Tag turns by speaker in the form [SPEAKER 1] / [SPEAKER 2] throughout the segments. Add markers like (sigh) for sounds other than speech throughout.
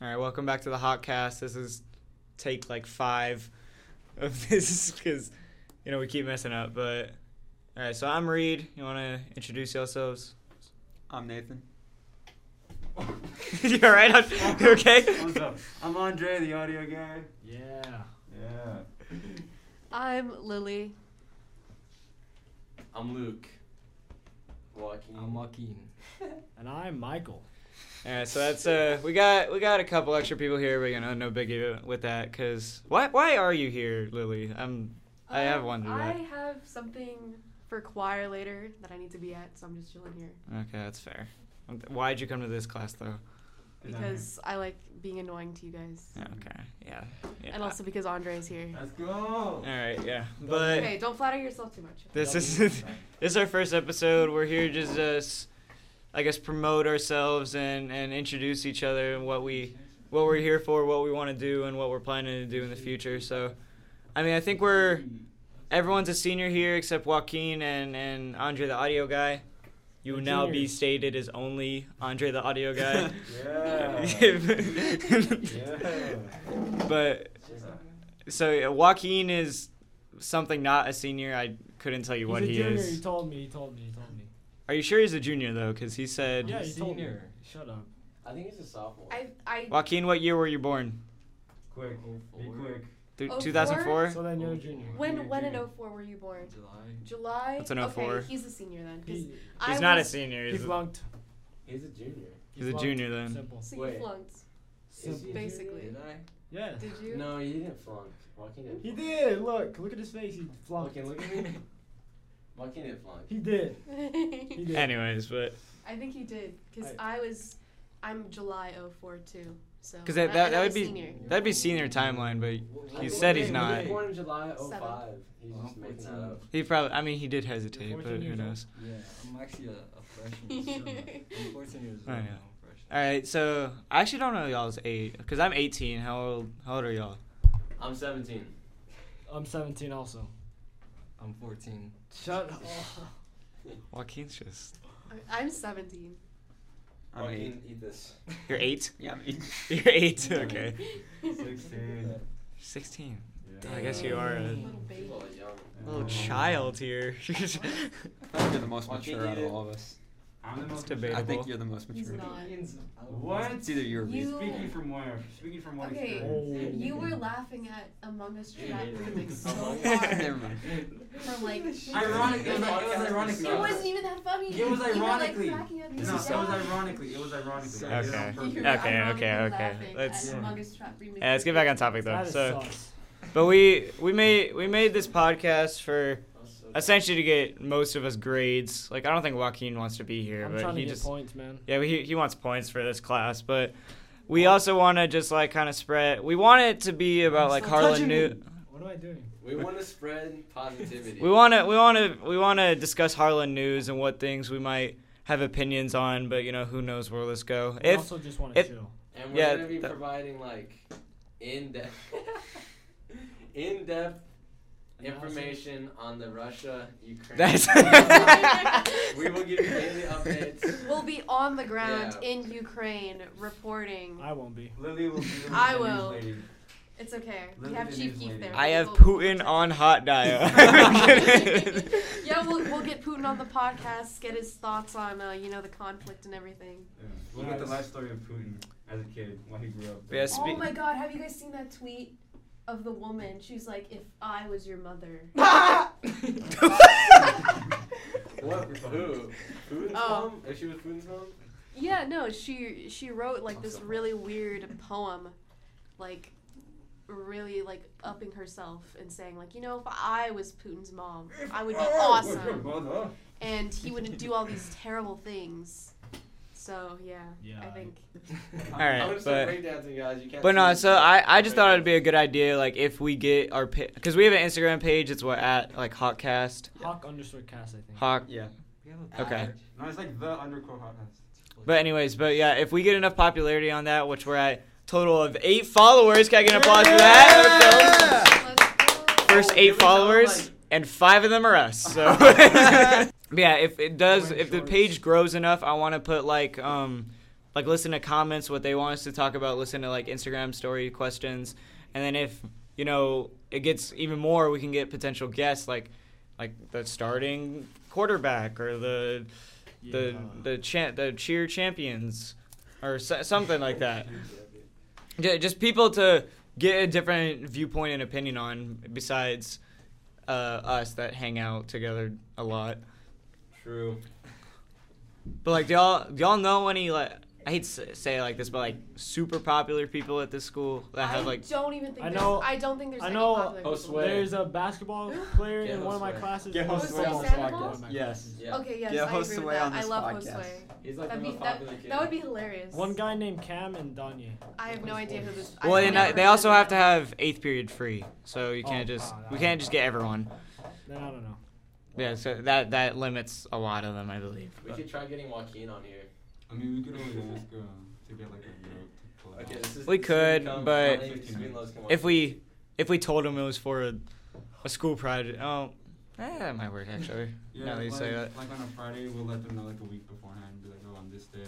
[SPEAKER 1] All right, welcome back to the Hotcast. This is take like five of (laughs) this because you know we keep messing up. But all right, so I'm Reed. You want to introduce yourselves? (laughs)
[SPEAKER 2] I'm Nathan.
[SPEAKER 1] you all right? You okay?
[SPEAKER 2] What's up? I'm Andre, the audio guy.
[SPEAKER 3] Yeah.
[SPEAKER 2] Yeah.
[SPEAKER 4] I'm Lily.
[SPEAKER 5] I'm Luke. Joaquin.
[SPEAKER 3] I'm Joaquin. and I'm Michael.
[SPEAKER 1] All right, so that's uh, we got we got a couple extra people here, but you know, no biggie with that. Cause why why are you here, Lily? I'm I have
[SPEAKER 4] Um,
[SPEAKER 1] one to
[SPEAKER 4] I
[SPEAKER 1] that.
[SPEAKER 4] have something for choir later that I need to be at, so I'm just chilling here
[SPEAKER 1] Okay, that's fair. Um, Why'd you come to this class though?
[SPEAKER 2] Is that
[SPEAKER 4] because I like being annoying to you guys,
[SPEAKER 1] Yeah, Okay, yeah, yeah.
[SPEAKER 4] and also because Andre's here.
[SPEAKER 2] Let's go.
[SPEAKER 1] all right, yeah, but.
[SPEAKER 4] Okay, don't flatter yourself too much.
[SPEAKER 1] This is (laughs) this is our first episode. We're here just to, s- I guess, promote ourselves and, and introduce each other and what we what we're here for, what we want to do, and what we're planning to do in the future. So, I mean, I think we're everyone's a senior here except Joaquin and and Andre the audio guy. You will
[SPEAKER 3] We're
[SPEAKER 1] now be
[SPEAKER 3] juniors.
[SPEAKER 1] stated as only Andre the audio (laughs)
[SPEAKER 3] (laughs)
[SPEAKER 1] guy.
[SPEAKER 2] Yeah. yeah.
[SPEAKER 1] but so yeah, Joaquin is something not a senior. I couldn't tell you what
[SPEAKER 3] He's a
[SPEAKER 1] he
[SPEAKER 3] junior.
[SPEAKER 1] is.
[SPEAKER 3] He told me. He told me. He told me.
[SPEAKER 1] Are you sure he's a junior though? Because he said,
[SPEAKER 3] yeah,
[SPEAKER 5] a
[SPEAKER 3] he told me.
[SPEAKER 5] senior.
[SPEAKER 3] Shut up.
[SPEAKER 5] I think he's a sophomore.
[SPEAKER 4] I I
[SPEAKER 1] Joaquin, what year were you born?
[SPEAKER 2] Quick. Be quick.
[SPEAKER 4] Oh,
[SPEAKER 1] Two thousand four.
[SPEAKER 3] So then you're a junior.
[SPEAKER 4] when when in
[SPEAKER 5] Junior.
[SPEAKER 4] 04 were you born?
[SPEAKER 5] July.
[SPEAKER 4] July.
[SPEAKER 1] That's an
[SPEAKER 4] Okay,
[SPEAKER 1] 04.
[SPEAKER 4] he's a senior then. 'cause
[SPEAKER 3] He,
[SPEAKER 4] I
[SPEAKER 1] He's not a
[SPEAKER 4] was-
[SPEAKER 1] senior.
[SPEAKER 3] he
[SPEAKER 1] He's a,
[SPEAKER 3] flunked.
[SPEAKER 5] He's a junior.
[SPEAKER 3] He
[SPEAKER 1] he's a
[SPEAKER 3] flunked.
[SPEAKER 1] junior then.
[SPEAKER 3] Simple.
[SPEAKER 4] So you
[SPEAKER 5] Wait.
[SPEAKER 4] flunked.
[SPEAKER 5] Is he a
[SPEAKER 3] Simple.
[SPEAKER 5] junior?
[SPEAKER 4] Basically.
[SPEAKER 5] Did I?
[SPEAKER 3] Yeah.
[SPEAKER 4] Did you?
[SPEAKER 5] No, he didn't flunk. Joaquin didn't.
[SPEAKER 3] He
[SPEAKER 5] flunk.
[SPEAKER 3] did. Look. Look at his face. He flunked.
[SPEAKER 5] Joaquin, look at me. Joaquin didn't flunk.
[SPEAKER 3] He did. He did.
[SPEAKER 1] Anyways, but
[SPEAKER 4] (laughs) I think you did because I, was. I'm July 04 too. So
[SPEAKER 1] because
[SPEAKER 4] and
[SPEAKER 1] that,
[SPEAKER 4] I-
[SPEAKER 1] that
[SPEAKER 4] and
[SPEAKER 1] that
[SPEAKER 4] I'm
[SPEAKER 1] would
[SPEAKER 4] a
[SPEAKER 1] be
[SPEAKER 4] senior.
[SPEAKER 1] that'd be senior timeline, but
[SPEAKER 5] What-
[SPEAKER 1] he
[SPEAKER 5] what
[SPEAKER 1] said
[SPEAKER 5] day-
[SPEAKER 1] he's
[SPEAKER 5] what day
[SPEAKER 1] not.
[SPEAKER 5] was Born in July
[SPEAKER 4] Seven.
[SPEAKER 5] 05. He's just
[SPEAKER 6] I'm
[SPEAKER 5] making that
[SPEAKER 6] 14.
[SPEAKER 5] up.
[SPEAKER 1] he probably. I mean, he did hesitate,
[SPEAKER 3] You're
[SPEAKER 1] but
[SPEAKER 3] 14
[SPEAKER 1] who
[SPEAKER 3] years old.
[SPEAKER 1] knows?
[SPEAKER 6] Yeah, I'm actually a, a freshman. so
[SPEAKER 4] (laughs)
[SPEAKER 5] (laughs)
[SPEAKER 6] I'm 14 years
[SPEAKER 1] I
[SPEAKER 6] old.
[SPEAKER 1] know.
[SPEAKER 6] now, I'm a freshman.
[SPEAKER 1] All right, so I actually don't know y'all's age because I'm 18. How old? How old are y'all?
[SPEAKER 5] I'm 17.
[SPEAKER 3] I'm 17 also.
[SPEAKER 6] I'm 14.
[SPEAKER 3] Shut up.
[SPEAKER 1] Joaquin's just.
[SPEAKER 4] I- I'm 17.
[SPEAKER 2] I'm eight.
[SPEAKER 5] Joaquin, eat this.
[SPEAKER 1] You're eight.
[SPEAKER 2] Yeah, I'm eight.
[SPEAKER 1] (laughs) You're (laughs) eight. Okay.
[SPEAKER 2] Sixteen.
[SPEAKER 1] Sixteen.
[SPEAKER 2] Yeah.
[SPEAKER 1] I guess you are a
[SPEAKER 4] Little baby.
[SPEAKER 5] People are young.
[SPEAKER 1] little child here. (laughs)
[SPEAKER 6] I think you're the most
[SPEAKER 5] Joaquin mature out of did it. all
[SPEAKER 6] of us.
[SPEAKER 2] I'm the most
[SPEAKER 1] debatable.
[SPEAKER 2] mature.
[SPEAKER 1] think
[SPEAKER 6] you're the most
[SPEAKER 4] He's not.
[SPEAKER 2] What? It's either
[SPEAKER 6] you
[SPEAKER 4] or me. You-
[SPEAKER 2] Speaking from where? Speaking from what
[SPEAKER 4] Okay.
[SPEAKER 2] experience?
[SPEAKER 4] You were laughing at Among Us trap remix
[SPEAKER 2] (laughs)
[SPEAKER 4] so (laughs)
[SPEAKER 5] Among
[SPEAKER 1] Us.
[SPEAKER 4] hard
[SPEAKER 1] Never
[SPEAKER 4] for like.
[SPEAKER 2] Ironic. It was, it was ironically.
[SPEAKER 4] It wasn't even that funny.
[SPEAKER 2] It was
[SPEAKER 4] You were, like,
[SPEAKER 2] ironically.
[SPEAKER 4] cracking up.
[SPEAKER 2] No,
[SPEAKER 4] You
[SPEAKER 2] it
[SPEAKER 4] were
[SPEAKER 2] was
[SPEAKER 4] dying.
[SPEAKER 2] ironically. It was ironically. I did it on
[SPEAKER 1] Okay.
[SPEAKER 2] purpose.
[SPEAKER 4] You were
[SPEAKER 1] Okay,
[SPEAKER 4] ironically
[SPEAKER 1] okay, okay.
[SPEAKER 4] laughing at
[SPEAKER 1] Let's-
[SPEAKER 4] Among Us trap remix.
[SPEAKER 1] Yeah, let's get back on topic though.
[SPEAKER 3] That is
[SPEAKER 1] So,
[SPEAKER 3] sus.
[SPEAKER 1] but we we made we made this podcast for
[SPEAKER 5] I'm so-
[SPEAKER 1] essentially to get most of us grades. Like I don't think Joaquin wants to be here,
[SPEAKER 3] I'm
[SPEAKER 1] but
[SPEAKER 3] trying to
[SPEAKER 1] he
[SPEAKER 3] get
[SPEAKER 1] just
[SPEAKER 3] points, man.
[SPEAKER 1] yeah he he wants points for this class. But we also want to just like kind of spread. We want it to be about like
[SPEAKER 3] Stop
[SPEAKER 1] Harlan
[SPEAKER 3] touching
[SPEAKER 1] New.
[SPEAKER 3] me. What am I doing?
[SPEAKER 5] We want to spread positivity.
[SPEAKER 1] We want to we want to we want to discuss Harlan news and what things we might have opinions on. But you know who knows where this go.
[SPEAKER 3] I
[SPEAKER 5] (laughs)
[SPEAKER 1] If
[SPEAKER 3] also just want to
[SPEAKER 1] if-
[SPEAKER 3] chill.
[SPEAKER 5] And we're
[SPEAKER 1] Yeah,
[SPEAKER 5] gonna be
[SPEAKER 1] that-
[SPEAKER 5] providing like in (laughs) depth, in depth information on the Russia Ukraine.
[SPEAKER 1] that's
[SPEAKER 5] (laughs) we will
[SPEAKER 1] (laughs)
[SPEAKER 5] give you daily updates.
[SPEAKER 4] We'll be on the ground
[SPEAKER 5] Yeah.
[SPEAKER 4] in Ukraine reporting.
[SPEAKER 3] I won't be.
[SPEAKER 2] Lily will be
[SPEAKER 4] (laughs)
[SPEAKER 2] the
[SPEAKER 4] I
[SPEAKER 2] news
[SPEAKER 4] will.
[SPEAKER 2] lady.
[SPEAKER 4] It's okay.
[SPEAKER 2] Lily
[SPEAKER 4] We have
[SPEAKER 2] the
[SPEAKER 4] Chief
[SPEAKER 2] news
[SPEAKER 4] Keef
[SPEAKER 2] lady.
[SPEAKER 4] there.
[SPEAKER 1] I have
[SPEAKER 4] We'll-
[SPEAKER 1] Putin on hot dial. (laughs) I'm kidding. (laughs)
[SPEAKER 4] yeah, we'll, we'll get Putin on the podcast, get his thoughts on uh, you know the conflict and everything.
[SPEAKER 2] Yeah. Look at the life story of Putin as a kid when he grew up. (laughs)
[SPEAKER 1] Yeah, spe-
[SPEAKER 4] oh my God, have you guys seen that tweet of the woman? She was like, "If I was your mother."
[SPEAKER 5] What? Who? Putin's
[SPEAKER 4] Oh.
[SPEAKER 5] mom? If she was Putin's mom?
[SPEAKER 4] Yeah, no, she she wrote like this
[SPEAKER 5] Awesome.
[SPEAKER 4] really weird poem, like really like upping herself and saying like you know if I was Putin's mom, I would be awesome. and he would do all these terrible things. So yeah,
[SPEAKER 3] Yeah,
[SPEAKER 4] I
[SPEAKER 3] I-
[SPEAKER 4] think
[SPEAKER 1] right,
[SPEAKER 5] I'm gonna
[SPEAKER 1] but-
[SPEAKER 5] start breakdancing, guys. You can't.
[SPEAKER 1] But no,
[SPEAKER 5] see-
[SPEAKER 1] so uh, I, I just thought it'd be a good idea, like if we get our because we have an Instagram page. It's what at like Hawkcast
[SPEAKER 3] Hawk underscore cast, I think.
[SPEAKER 1] Hawk.
[SPEAKER 2] Yeah.
[SPEAKER 1] Okay.
[SPEAKER 2] No, it's like the undercore hot house.
[SPEAKER 1] But anyways, but yeah, if we get enough popularity on that, which we're at total of eight followers, can I get an applause for that?
[SPEAKER 4] let's go.
[SPEAKER 1] First
[SPEAKER 5] Oh, give
[SPEAKER 1] eight
[SPEAKER 5] us all,
[SPEAKER 1] followers,
[SPEAKER 5] like-
[SPEAKER 1] and five of them are us. So but yeah, if it does, if the page grows enough, I want to put like um like listen to comments, what they want us to talk about, listen to like Instagram story questions, and then if you know it gets even more, we can get potential guests like like the starting quarterback or the the the cha- the cheer champions or so- something like that. Ju- Just people to get a different viewpoint and opinion on besides uh, us that hang out together a lot.
[SPEAKER 2] True.
[SPEAKER 1] But like, do y'all do y'all know any like? I hate to s- say it like this, but like super popular people at this school that have like.
[SPEAKER 4] I don't even think
[SPEAKER 3] I
[SPEAKER 4] I
[SPEAKER 3] know-
[SPEAKER 4] I don't think there's
[SPEAKER 3] I
[SPEAKER 4] any
[SPEAKER 3] know-
[SPEAKER 4] popular
[SPEAKER 2] Oh,
[SPEAKER 4] people.
[SPEAKER 2] Sway.
[SPEAKER 3] There's a
[SPEAKER 4] (gasps)
[SPEAKER 3] basketball player
[SPEAKER 6] Get
[SPEAKER 3] in one of my
[SPEAKER 6] Josue.
[SPEAKER 3] classes.
[SPEAKER 5] Get
[SPEAKER 3] who
[SPEAKER 4] Josue
[SPEAKER 3] plays basketball
[SPEAKER 4] on this
[SPEAKER 3] in
[SPEAKER 4] podcast.
[SPEAKER 3] one of my
[SPEAKER 5] Yes.
[SPEAKER 3] classes.
[SPEAKER 6] Yeah.
[SPEAKER 4] Okay, yes,
[SPEAKER 5] Get
[SPEAKER 4] I agree
[SPEAKER 5] Josue
[SPEAKER 4] with that.
[SPEAKER 5] on
[SPEAKER 4] I
[SPEAKER 5] this
[SPEAKER 4] love
[SPEAKER 5] podcast.
[SPEAKER 4] Josue.
[SPEAKER 6] He's like
[SPEAKER 4] Oh, That'd
[SPEAKER 6] the
[SPEAKER 4] be,
[SPEAKER 6] most
[SPEAKER 4] that,
[SPEAKER 6] popular kid.
[SPEAKER 4] that would be hilarious.
[SPEAKER 3] One guy named Cam and Danye.
[SPEAKER 4] I have no idea who this.
[SPEAKER 1] Well,
[SPEAKER 4] I've
[SPEAKER 1] and uh,
[SPEAKER 4] never
[SPEAKER 1] they
[SPEAKER 4] heard
[SPEAKER 1] also
[SPEAKER 4] of
[SPEAKER 1] have to
[SPEAKER 4] them.
[SPEAKER 1] have eighth period free, so you can't
[SPEAKER 3] Oh,
[SPEAKER 1] just
[SPEAKER 3] wow,
[SPEAKER 1] we
[SPEAKER 3] that-
[SPEAKER 1] can't just get everyone.
[SPEAKER 3] Then I don't know.
[SPEAKER 1] Yeah, so that that limits a lot of them, I believe.
[SPEAKER 6] We could try getting Joaquin on here.
[SPEAKER 2] I mean, we could always just go to get like a note to pull it
[SPEAKER 6] Okay,
[SPEAKER 2] out.
[SPEAKER 6] this is,
[SPEAKER 1] We
[SPEAKER 6] this
[SPEAKER 1] could,
[SPEAKER 6] become
[SPEAKER 1] but-
[SPEAKER 6] Colleen Sweenlow's come on.
[SPEAKER 1] If we if we told them it was for a, a school project, oh, eh, that might work
[SPEAKER 4] (laughs)
[SPEAKER 1] actually.
[SPEAKER 2] Yeah,
[SPEAKER 1] now that you
[SPEAKER 2] like,
[SPEAKER 1] say that.
[SPEAKER 2] like on a Friday, we'll let them know like a week beforehand. Be like, oh, on this day,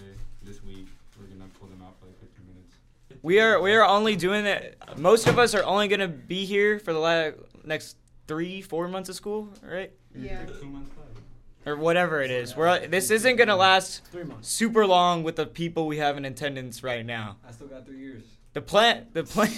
[SPEAKER 2] this week, we're gonna pull them out for like 15 minutes.
[SPEAKER 1] We are we are only doing that. Most of us are only gonna be here for the la- next three four months of school, right?
[SPEAKER 4] Yeah.
[SPEAKER 2] Like two months left.
[SPEAKER 1] Or whatever it is. We're this isn't gonna last
[SPEAKER 3] Three months.
[SPEAKER 1] super long with the people we have in attendance right now.
[SPEAKER 6] I still got three years.
[SPEAKER 1] The plan the plan (laughs)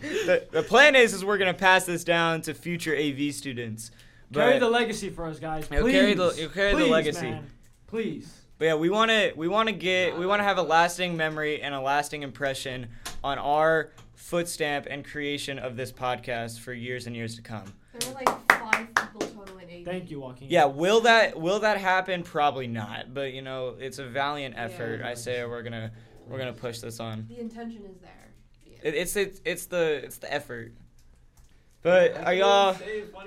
[SPEAKER 1] the, the plan is is we're gonna pass this down to future AV students. But,
[SPEAKER 3] carry the legacy for us, guys.
[SPEAKER 1] You'll
[SPEAKER 3] Please.
[SPEAKER 1] carry the- you'll carry the
[SPEAKER 3] Please,
[SPEAKER 1] legacy.
[SPEAKER 3] man. Please.
[SPEAKER 1] But yeah, we want to we want to get we want to have a lasting memory and a lasting impression on our footstamp and creation of this podcast for years and years to come.
[SPEAKER 4] There were like five people total in eight.
[SPEAKER 3] Thank you, Joaquin.
[SPEAKER 1] Yeah, will that will that happen? Probably not. But you know, it's a valiant effort. I say we're gonna we're gonna push this on.
[SPEAKER 4] The intention is there.
[SPEAKER 1] It, it's it's it's the it's the effort. But are y'all? uh,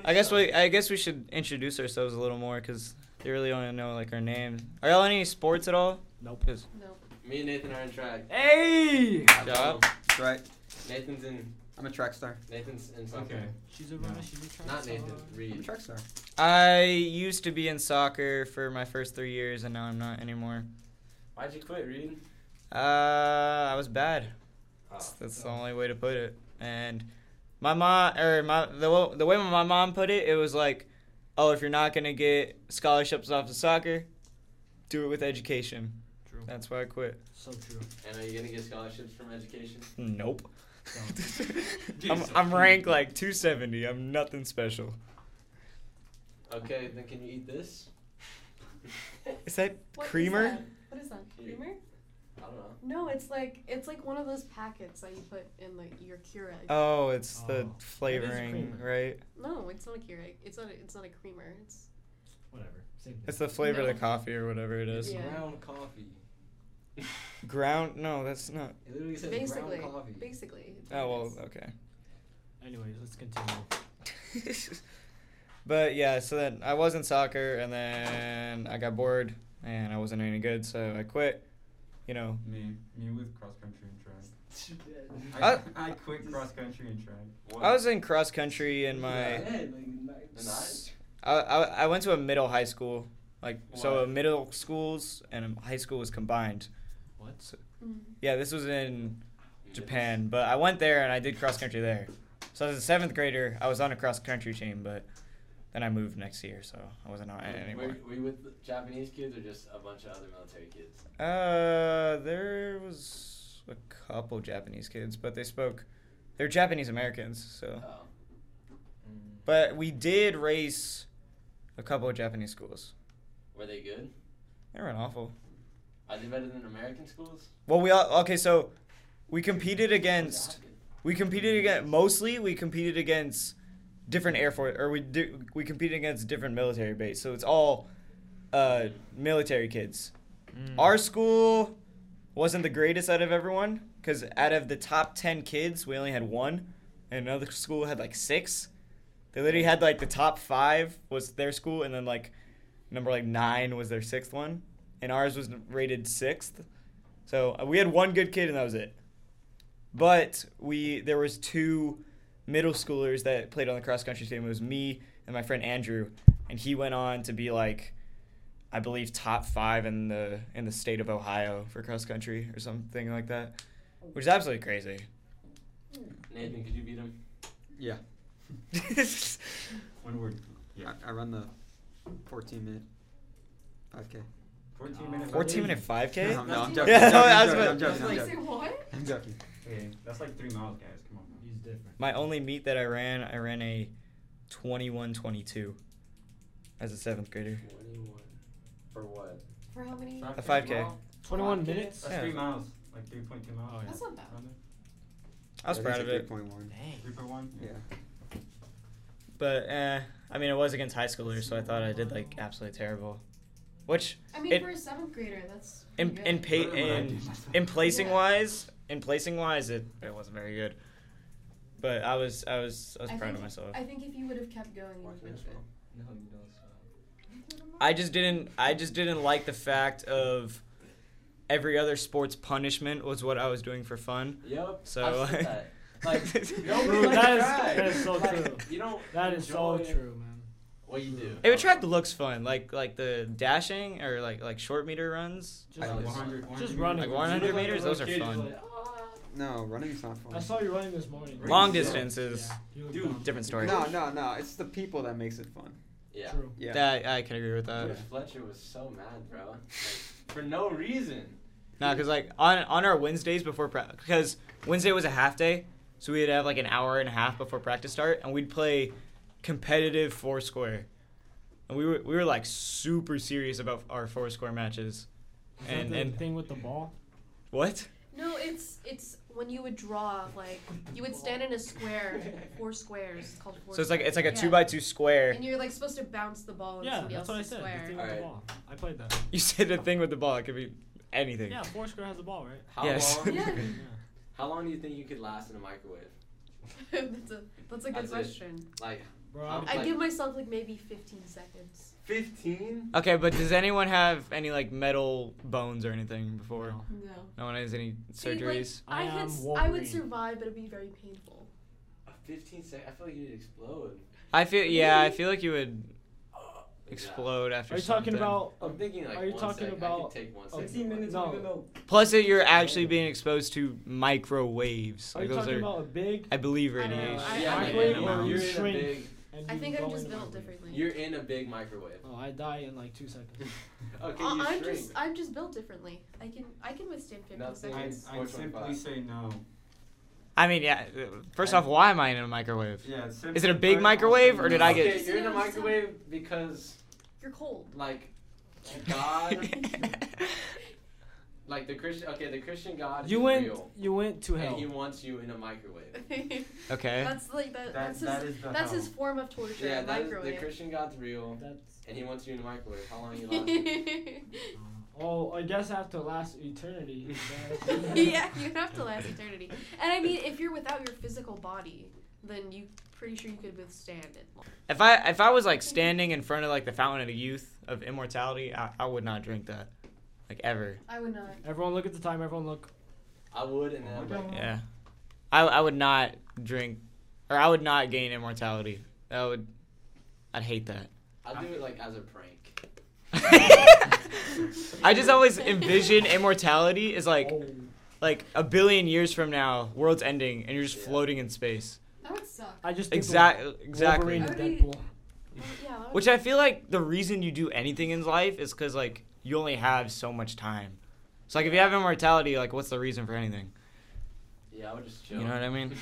[SPEAKER 1] I guess we I guess we should introduce ourselves a little more because they really only know like our name. Are y'all any sports at all?
[SPEAKER 3] Nope.
[SPEAKER 1] 'Cause-
[SPEAKER 4] No.
[SPEAKER 6] Me and Nathan are in track.
[SPEAKER 3] Hey!
[SPEAKER 1] Job.
[SPEAKER 5] That's right.
[SPEAKER 6] Nathan's in.
[SPEAKER 5] I'm a track star.
[SPEAKER 6] Nathan's in soccer.
[SPEAKER 2] Okay.
[SPEAKER 3] She's a runner. She's a track
[SPEAKER 6] Not
[SPEAKER 3] star.
[SPEAKER 6] Nathan.
[SPEAKER 5] I'm a
[SPEAKER 6] Reed.
[SPEAKER 5] track star.
[SPEAKER 1] I used to be in soccer for my first three years, and now I'm not anymore.
[SPEAKER 6] Why'd you quit, Reed?
[SPEAKER 1] Uh, I was bad.
[SPEAKER 3] Ah.
[SPEAKER 6] Oh.
[SPEAKER 1] That's, that's the only way to put it. And my mom, or my the wo- the way my mom put it, it was like, oh, if you're not gonna get scholarships off of soccer, do it with education.
[SPEAKER 3] True.
[SPEAKER 1] That's why I quit.
[SPEAKER 3] So true.
[SPEAKER 6] And are you gonna get scholarships from education?
[SPEAKER 3] (laughs)
[SPEAKER 1] Nope. I'm, I'm ranked like 270. I'm nothing special.
[SPEAKER 6] Okay, then can you eat this? I
[SPEAKER 1] Is that
[SPEAKER 4] What is
[SPEAKER 1] creamer?
[SPEAKER 4] that? What is that? Creamer?
[SPEAKER 6] don't know.
[SPEAKER 4] No, it's like it's like one of those packets that you put in like your Keurig.
[SPEAKER 1] Oh, it's the
[SPEAKER 3] Oh.
[SPEAKER 1] flavoring,
[SPEAKER 3] creamer.
[SPEAKER 1] right?
[SPEAKER 4] no, it's not a Keurig. It's not. A, it's not a creamer. It's
[SPEAKER 3] Whatever. Same thing.
[SPEAKER 1] It's the flavor of
[SPEAKER 4] No.
[SPEAKER 1] the coffee or whatever it is.
[SPEAKER 4] Yeah.
[SPEAKER 6] Ground coffee.
[SPEAKER 1] Ground? No, that's not.
[SPEAKER 6] It literally says
[SPEAKER 4] basically
[SPEAKER 6] ground coffee.
[SPEAKER 4] basically. it's
[SPEAKER 1] Oh
[SPEAKER 4] what it
[SPEAKER 1] well,
[SPEAKER 4] is.
[SPEAKER 1] okay.
[SPEAKER 3] Anyways, let's continue.
[SPEAKER 1] (laughs) but yeah, so then I was in soccer, and then I got bored, and I wasn't any good, so I quit. You know,
[SPEAKER 2] Me, me with cross country and track. I,
[SPEAKER 1] I-
[SPEAKER 2] I quit cross country and track.
[SPEAKER 1] I was in cross country in my.
[SPEAKER 6] The knife?
[SPEAKER 1] I, I, I went to a middle high school, like so
[SPEAKER 6] Why?
[SPEAKER 1] a middle schools and a high school was combined.
[SPEAKER 3] What?
[SPEAKER 4] Mm.
[SPEAKER 1] Yeah, this was in
[SPEAKER 6] You did
[SPEAKER 1] Japan, but I went there and I did cross country there. So as a seventh grader, I was on a cross country team, but then I moved next year, so I wasn't on it
[SPEAKER 6] this.
[SPEAKER 1] anymore.
[SPEAKER 6] Were, were you with the Japanese kids or just a bunch of other military kids?
[SPEAKER 1] Uh, there was a couple Japanese kids, but they spoke. They're Japanese Americans, so.
[SPEAKER 6] Oh.
[SPEAKER 1] But we did race a couple of Japanese schools.
[SPEAKER 6] Were they good?
[SPEAKER 1] They were awful.
[SPEAKER 6] Are they better than American schools?
[SPEAKER 1] Well, we all okay. So, we competed
[SPEAKER 6] Or
[SPEAKER 1] against.
[SPEAKER 6] not good?
[SPEAKER 1] We competed against mostly. We competed against different air force, or we do, we competed against different military base. So it's all uh, military kids.
[SPEAKER 3] Mm.
[SPEAKER 1] Our school wasn't the greatest out of everyone because out of the top 10 kids, we only had one, and another school had like six. They literally had like the top five was their school, and then like number like nine was their sixth one, and ours was rated sixth. So uh, we had one good kid, and that was it. But we there was two middle schoolers that played on the cross country team. It was me and my friend Andrew, and he went on to be like I believe top five in the in the state of Ohio for cross country or something like that, which is absolutely crazy. (laughs)
[SPEAKER 6] Nathan, could you beat him?
[SPEAKER 5] Yeah.
[SPEAKER 2] One word. Yeah.
[SPEAKER 5] I, I run the 14 minute 5K.
[SPEAKER 2] 14
[SPEAKER 3] Oh.
[SPEAKER 2] minutes.
[SPEAKER 1] 14 minute 5K.
[SPEAKER 2] Uh-huh.
[SPEAKER 5] No, no, I'm
[SPEAKER 4] Yeah,
[SPEAKER 5] joking.
[SPEAKER 1] (laughs) I
[SPEAKER 5] I'm
[SPEAKER 1] was
[SPEAKER 5] joking,
[SPEAKER 1] about-
[SPEAKER 5] I'm joking. I'm joking.
[SPEAKER 4] what?
[SPEAKER 5] I'm joking.
[SPEAKER 2] Okay, that's like three miles, guys. Come on.
[SPEAKER 3] He's different.
[SPEAKER 1] My only meet that I ran, I ran a 21-22 as a seventh grader.
[SPEAKER 6] 21. For what?
[SPEAKER 4] For how many?
[SPEAKER 1] A 5K.
[SPEAKER 3] Twenty-one
[SPEAKER 4] Fuck it.
[SPEAKER 3] minutes.
[SPEAKER 2] That's
[SPEAKER 1] Yeah.
[SPEAKER 2] three miles. Like 3.2 miles.
[SPEAKER 3] Oh, yeah.
[SPEAKER 4] That's not bad.
[SPEAKER 1] I was proud of it,
[SPEAKER 5] 3.1.
[SPEAKER 3] Dang.
[SPEAKER 2] 3.1?
[SPEAKER 5] Yeah.
[SPEAKER 1] but eh, I mean it was against high schoolers, so I thought I did like absolutely terrible, which
[SPEAKER 4] I mean,
[SPEAKER 1] It-
[SPEAKER 4] for a seventh grader, that's
[SPEAKER 1] in
[SPEAKER 4] pretty
[SPEAKER 1] in,
[SPEAKER 4] good.
[SPEAKER 1] pa-
[SPEAKER 2] Better than what I
[SPEAKER 1] in,
[SPEAKER 2] did last time.
[SPEAKER 1] in placing
[SPEAKER 4] Yeah.
[SPEAKER 1] wise, in placing wise, it, it wasn't very good. But I was I was I was
[SPEAKER 4] I
[SPEAKER 1] proud of
[SPEAKER 4] think-
[SPEAKER 1] myself.
[SPEAKER 4] I think if you would have kept going, you
[SPEAKER 5] Watch
[SPEAKER 4] would
[SPEAKER 5] this
[SPEAKER 4] have been
[SPEAKER 5] one.
[SPEAKER 6] No, you don't stop.
[SPEAKER 1] I just didn't I just didn't like the fact of every other sport's punishment was what I was doing for fun.
[SPEAKER 6] Yep.
[SPEAKER 1] So
[SPEAKER 6] I've said that. (laughs)
[SPEAKER 1] (laughs)
[SPEAKER 6] Like,
[SPEAKER 3] Dude,
[SPEAKER 6] nobody
[SPEAKER 3] that is-
[SPEAKER 6] tried.
[SPEAKER 3] that is so
[SPEAKER 6] Like,
[SPEAKER 3] true.
[SPEAKER 6] You don't.
[SPEAKER 3] That is so
[SPEAKER 6] enjoy
[SPEAKER 3] true, man.
[SPEAKER 6] What you do.
[SPEAKER 1] It would track the looks fun, like like the dashing or like like short meter runs.
[SPEAKER 3] Just,
[SPEAKER 5] I-
[SPEAKER 3] like-
[SPEAKER 2] 100,
[SPEAKER 3] just
[SPEAKER 2] 100
[SPEAKER 3] running.
[SPEAKER 1] Like 100
[SPEAKER 3] Just like
[SPEAKER 1] meters,
[SPEAKER 3] the
[SPEAKER 1] those are
[SPEAKER 3] little kids,
[SPEAKER 1] fun.
[SPEAKER 3] like,
[SPEAKER 6] "Ah."
[SPEAKER 5] No, running is not fun.
[SPEAKER 3] I saw you running this morning.
[SPEAKER 1] Long
[SPEAKER 6] Yeah.
[SPEAKER 1] distance is
[SPEAKER 3] You look
[SPEAKER 6] Dude,
[SPEAKER 3] dumb.
[SPEAKER 1] different story.
[SPEAKER 5] No, no, no. It's the people that makes it fun.
[SPEAKER 6] Yeah.
[SPEAKER 3] True.
[SPEAKER 5] Yeah.
[SPEAKER 1] That I can agree with that.
[SPEAKER 6] Coach Fletcher was so mad, bro. Like, for no reason.
[SPEAKER 1] No, because like on on our Wednesdays before practice, because Wednesday was a half day, so we'd have like an hour and a half before practice start, and we'd play competitive foursquare, and we were we were like super serious about our foursquare matches,
[SPEAKER 3] Is that
[SPEAKER 1] and
[SPEAKER 3] the
[SPEAKER 1] and
[SPEAKER 3] thing with the ball.
[SPEAKER 1] what?
[SPEAKER 4] No, it's it's when you would draw like you would stand in a square, four squares. It's called four.
[SPEAKER 1] So it's like it's like a
[SPEAKER 4] squares.
[SPEAKER 1] two
[SPEAKER 4] Yeah.
[SPEAKER 1] by two square.
[SPEAKER 4] And you're like supposed to bounce the ball. into
[SPEAKER 3] Yeah,
[SPEAKER 4] somebody
[SPEAKER 3] that's what I
[SPEAKER 4] else's
[SPEAKER 3] said. The
[SPEAKER 4] Square.
[SPEAKER 3] thing with the
[SPEAKER 6] Alright.
[SPEAKER 3] ball. I played that.
[SPEAKER 1] You said a thing with the ball; it could be anything.
[SPEAKER 3] Yeah, Foursquare has the ball, right?
[SPEAKER 6] How
[SPEAKER 1] Yes. (laughs)
[SPEAKER 6] long?
[SPEAKER 4] Yeah. (laughs)
[SPEAKER 3] Yeah.
[SPEAKER 6] How long do you think you could last in a microwave?
[SPEAKER 4] that's a that's a good
[SPEAKER 6] That's it.
[SPEAKER 4] question.
[SPEAKER 6] Like
[SPEAKER 3] Bro,
[SPEAKER 6] How-
[SPEAKER 4] I
[SPEAKER 6] Like-
[SPEAKER 4] give myself like maybe 15 seconds.
[SPEAKER 6] 15?
[SPEAKER 1] Okay, but does anyone have any like metal bones or anything before? No,
[SPEAKER 4] No.
[SPEAKER 1] one has any
[SPEAKER 4] See, like,
[SPEAKER 1] surgeries.
[SPEAKER 4] I,
[SPEAKER 3] I
[SPEAKER 4] could
[SPEAKER 3] am
[SPEAKER 4] s- I
[SPEAKER 3] Wolverine.
[SPEAKER 4] would survive, but it'd be very painful.
[SPEAKER 6] A 15 sec. I feel like you'd explode.
[SPEAKER 1] I feel yeah. I feel like you would
[SPEAKER 6] Oh, yeah.
[SPEAKER 1] explode after.
[SPEAKER 3] Are you talking
[SPEAKER 1] something.
[SPEAKER 3] about?
[SPEAKER 6] I'm thinking like
[SPEAKER 3] Are you
[SPEAKER 6] one
[SPEAKER 3] talking
[SPEAKER 6] sec. I
[SPEAKER 3] about
[SPEAKER 6] could take one
[SPEAKER 3] Oh,
[SPEAKER 6] second.
[SPEAKER 3] 15 minutes No. even though-
[SPEAKER 1] Plus, that you're actually being exposed to microwaves.
[SPEAKER 3] Are you
[SPEAKER 1] Like those
[SPEAKER 3] talking
[SPEAKER 1] are,
[SPEAKER 3] about a big?
[SPEAKER 1] I believe,
[SPEAKER 4] I don't know.
[SPEAKER 1] radiation.
[SPEAKER 4] I-
[SPEAKER 6] Yeah,
[SPEAKER 4] I
[SPEAKER 6] like,
[SPEAKER 4] Microwave
[SPEAKER 6] you
[SPEAKER 1] or
[SPEAKER 6] know,
[SPEAKER 1] you
[SPEAKER 6] you're
[SPEAKER 3] shrink?
[SPEAKER 6] in a big.
[SPEAKER 3] and
[SPEAKER 4] I
[SPEAKER 3] you
[SPEAKER 4] think
[SPEAKER 3] go
[SPEAKER 4] I'm just
[SPEAKER 3] into
[SPEAKER 4] built
[SPEAKER 3] microwave?
[SPEAKER 4] differently.
[SPEAKER 6] You're in a big microwave.
[SPEAKER 2] (laughs)
[SPEAKER 3] Oh, I die in like two seconds.
[SPEAKER 6] Okay,
[SPEAKER 4] I-
[SPEAKER 6] you
[SPEAKER 4] I'm
[SPEAKER 6] shrink.
[SPEAKER 4] just I'm just built differently. I can I can withstand 15
[SPEAKER 6] Nothing
[SPEAKER 2] I,
[SPEAKER 4] seconds.
[SPEAKER 6] is-
[SPEAKER 2] I
[SPEAKER 6] Which one
[SPEAKER 2] simply
[SPEAKER 6] five?
[SPEAKER 2] say no.
[SPEAKER 1] I mean, yeah. First off, why am I in a microwave?
[SPEAKER 2] Yeah, simply,
[SPEAKER 1] Is it a big microwave, or did I get-
[SPEAKER 6] Okay, you're in a microwave because
[SPEAKER 4] You're cold.
[SPEAKER 6] (laughs) like
[SPEAKER 1] (laughs)
[SPEAKER 6] God, like the Christian. Okay, the Christian God
[SPEAKER 3] You
[SPEAKER 6] is
[SPEAKER 3] went.
[SPEAKER 6] real,
[SPEAKER 3] You went to
[SPEAKER 6] and
[SPEAKER 3] hell.
[SPEAKER 6] He wants you in a microwave.
[SPEAKER 1] okay.
[SPEAKER 4] That's like that,
[SPEAKER 2] That,
[SPEAKER 4] that's his
[SPEAKER 2] that is the
[SPEAKER 4] that's his
[SPEAKER 2] hell.
[SPEAKER 4] form of torture.
[SPEAKER 6] Yeah, that is the
[SPEAKER 4] microwave.
[SPEAKER 6] Christian God's real,
[SPEAKER 3] That's.
[SPEAKER 6] and He wants you in a microwave. How
[SPEAKER 4] (laughs)
[SPEAKER 6] long you last?
[SPEAKER 3] Oh, I guess I have to last eternity.
[SPEAKER 1] (laughs)
[SPEAKER 4] yeah, you have to last eternity. And I mean, if you're without your physical body, then you pretty sure you could withstand it.
[SPEAKER 1] If I if I was like standing in front of like the fountain of the youth of immortality, I, I would not drink that, like ever.
[SPEAKER 4] I would not.
[SPEAKER 3] Everyone look at the time. Everyone look.
[SPEAKER 6] I would, and then
[SPEAKER 2] Oh
[SPEAKER 6] I'm
[SPEAKER 2] my
[SPEAKER 6] like,
[SPEAKER 2] God.
[SPEAKER 1] Yeah, I I would not drink, or I would not gain immortality. That would, I'd hate that. (laughs)
[SPEAKER 6] I'll do it like as a prank.
[SPEAKER 1] I just always envision immortality is like
[SPEAKER 3] oh,
[SPEAKER 1] like a billion years from now, world's ending, and you're just
[SPEAKER 6] Yeah.
[SPEAKER 1] floating in space.
[SPEAKER 4] That would suck.
[SPEAKER 3] I just think of
[SPEAKER 1] Exactly. Exactly.
[SPEAKER 3] Wolverine and
[SPEAKER 4] Already-
[SPEAKER 3] Deadpool.
[SPEAKER 4] Well, yeah. that would-
[SPEAKER 1] Which I feel like the reason you do anything in life is because like you only have so much time. So like if you have immortality, like what's the reason for anything?
[SPEAKER 6] Yeah, I would just chill.
[SPEAKER 1] You know what I
[SPEAKER 3] (laughs)
[SPEAKER 1] mean?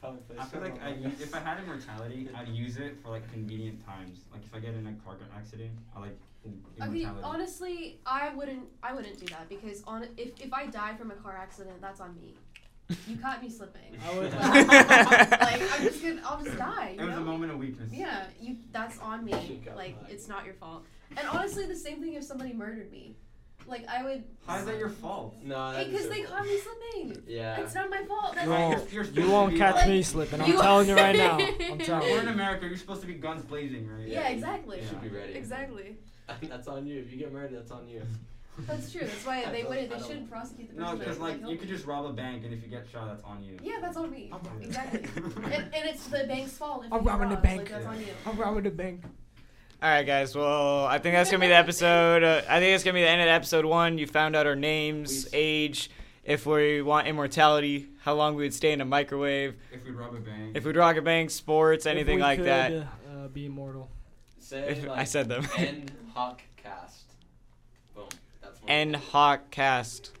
[SPEAKER 6] Probably play
[SPEAKER 2] I feel
[SPEAKER 6] some
[SPEAKER 2] like I,
[SPEAKER 6] Among
[SPEAKER 2] u-
[SPEAKER 6] Us.
[SPEAKER 2] if I had immortality, I'd use it for like convenient times. Like if I get in a car accident, I like
[SPEAKER 4] Okay,
[SPEAKER 2] immortality.
[SPEAKER 4] honestly, I wouldn't. I wouldn't do that because on if, if I die from a car accident, that's on me. You caught
[SPEAKER 6] (laughs)
[SPEAKER 4] me slipping.
[SPEAKER 3] I
[SPEAKER 1] (laughs)
[SPEAKER 3] would.
[SPEAKER 4] (laughs) like I'm just gonna, I'll just die.
[SPEAKER 2] it
[SPEAKER 4] You
[SPEAKER 2] was a
[SPEAKER 4] know?
[SPEAKER 2] moment of weakness.
[SPEAKER 4] Yeah, you. That's on me.
[SPEAKER 6] She got
[SPEAKER 4] Like
[SPEAKER 6] mine.
[SPEAKER 4] it's not your fault. And honestly, the same thing if somebody murdered me. Like I would.
[SPEAKER 2] How is that your fault?
[SPEAKER 6] No, that's
[SPEAKER 4] Because
[SPEAKER 6] Oh, so
[SPEAKER 4] they
[SPEAKER 6] cool.
[SPEAKER 4] caught me slipping.
[SPEAKER 6] Yeah.
[SPEAKER 4] It's not my fault. That's
[SPEAKER 3] No.
[SPEAKER 2] You're- you're
[SPEAKER 3] You
[SPEAKER 2] supposed to
[SPEAKER 3] won't
[SPEAKER 2] be
[SPEAKER 3] catch
[SPEAKER 2] like-
[SPEAKER 3] me slipping. I'm
[SPEAKER 4] You-
[SPEAKER 3] telling you right
[SPEAKER 4] (laughs)
[SPEAKER 3] now. I'm telling
[SPEAKER 2] We're in
[SPEAKER 3] you.
[SPEAKER 2] America. You're supposed to be guns blazing, right?
[SPEAKER 4] Yeah, exactly.
[SPEAKER 6] You should be ready.
[SPEAKER 4] Exactly.
[SPEAKER 6] (laughs) that's on you. If you get murdered, that's on you.
[SPEAKER 4] That's true. That's why
[SPEAKER 6] (laughs) I
[SPEAKER 4] they
[SPEAKER 6] don't-
[SPEAKER 4] wouldn't.
[SPEAKER 6] I
[SPEAKER 4] They
[SPEAKER 6] don't-
[SPEAKER 4] shouldn't prosecute the person. that
[SPEAKER 2] No, because like
[SPEAKER 4] killed
[SPEAKER 2] you
[SPEAKER 4] me.
[SPEAKER 2] could just rob a bank, and if you get shot, that's on you.
[SPEAKER 4] Yeah, that's on me.
[SPEAKER 2] I'm robbing
[SPEAKER 3] (laughs)
[SPEAKER 2] a
[SPEAKER 4] Exactly.
[SPEAKER 2] bank.
[SPEAKER 4] and, and it's the bank's fault. If
[SPEAKER 3] I'm
[SPEAKER 4] you
[SPEAKER 3] robbing the
[SPEAKER 4] rob,
[SPEAKER 3] bank.
[SPEAKER 4] Like, that's on you.
[SPEAKER 3] I'm robbing the bank.
[SPEAKER 1] All right, guys. Well, I think that's gonna be the episode. Uh, I think it's gonna be the end of episode one. You found out our names, age, if we want immortality, how long we would stay in a microwave,
[SPEAKER 2] If we rob a bank.
[SPEAKER 1] if we'd rock a bank, sports, anything like (laughs) that.
[SPEAKER 3] Uh, be immortal.
[SPEAKER 6] Say,
[SPEAKER 1] If,
[SPEAKER 6] like,
[SPEAKER 1] (laughs) I said them.
[SPEAKER 6] End Hawk cast. Boom. That's my
[SPEAKER 1] N Hawk Cast.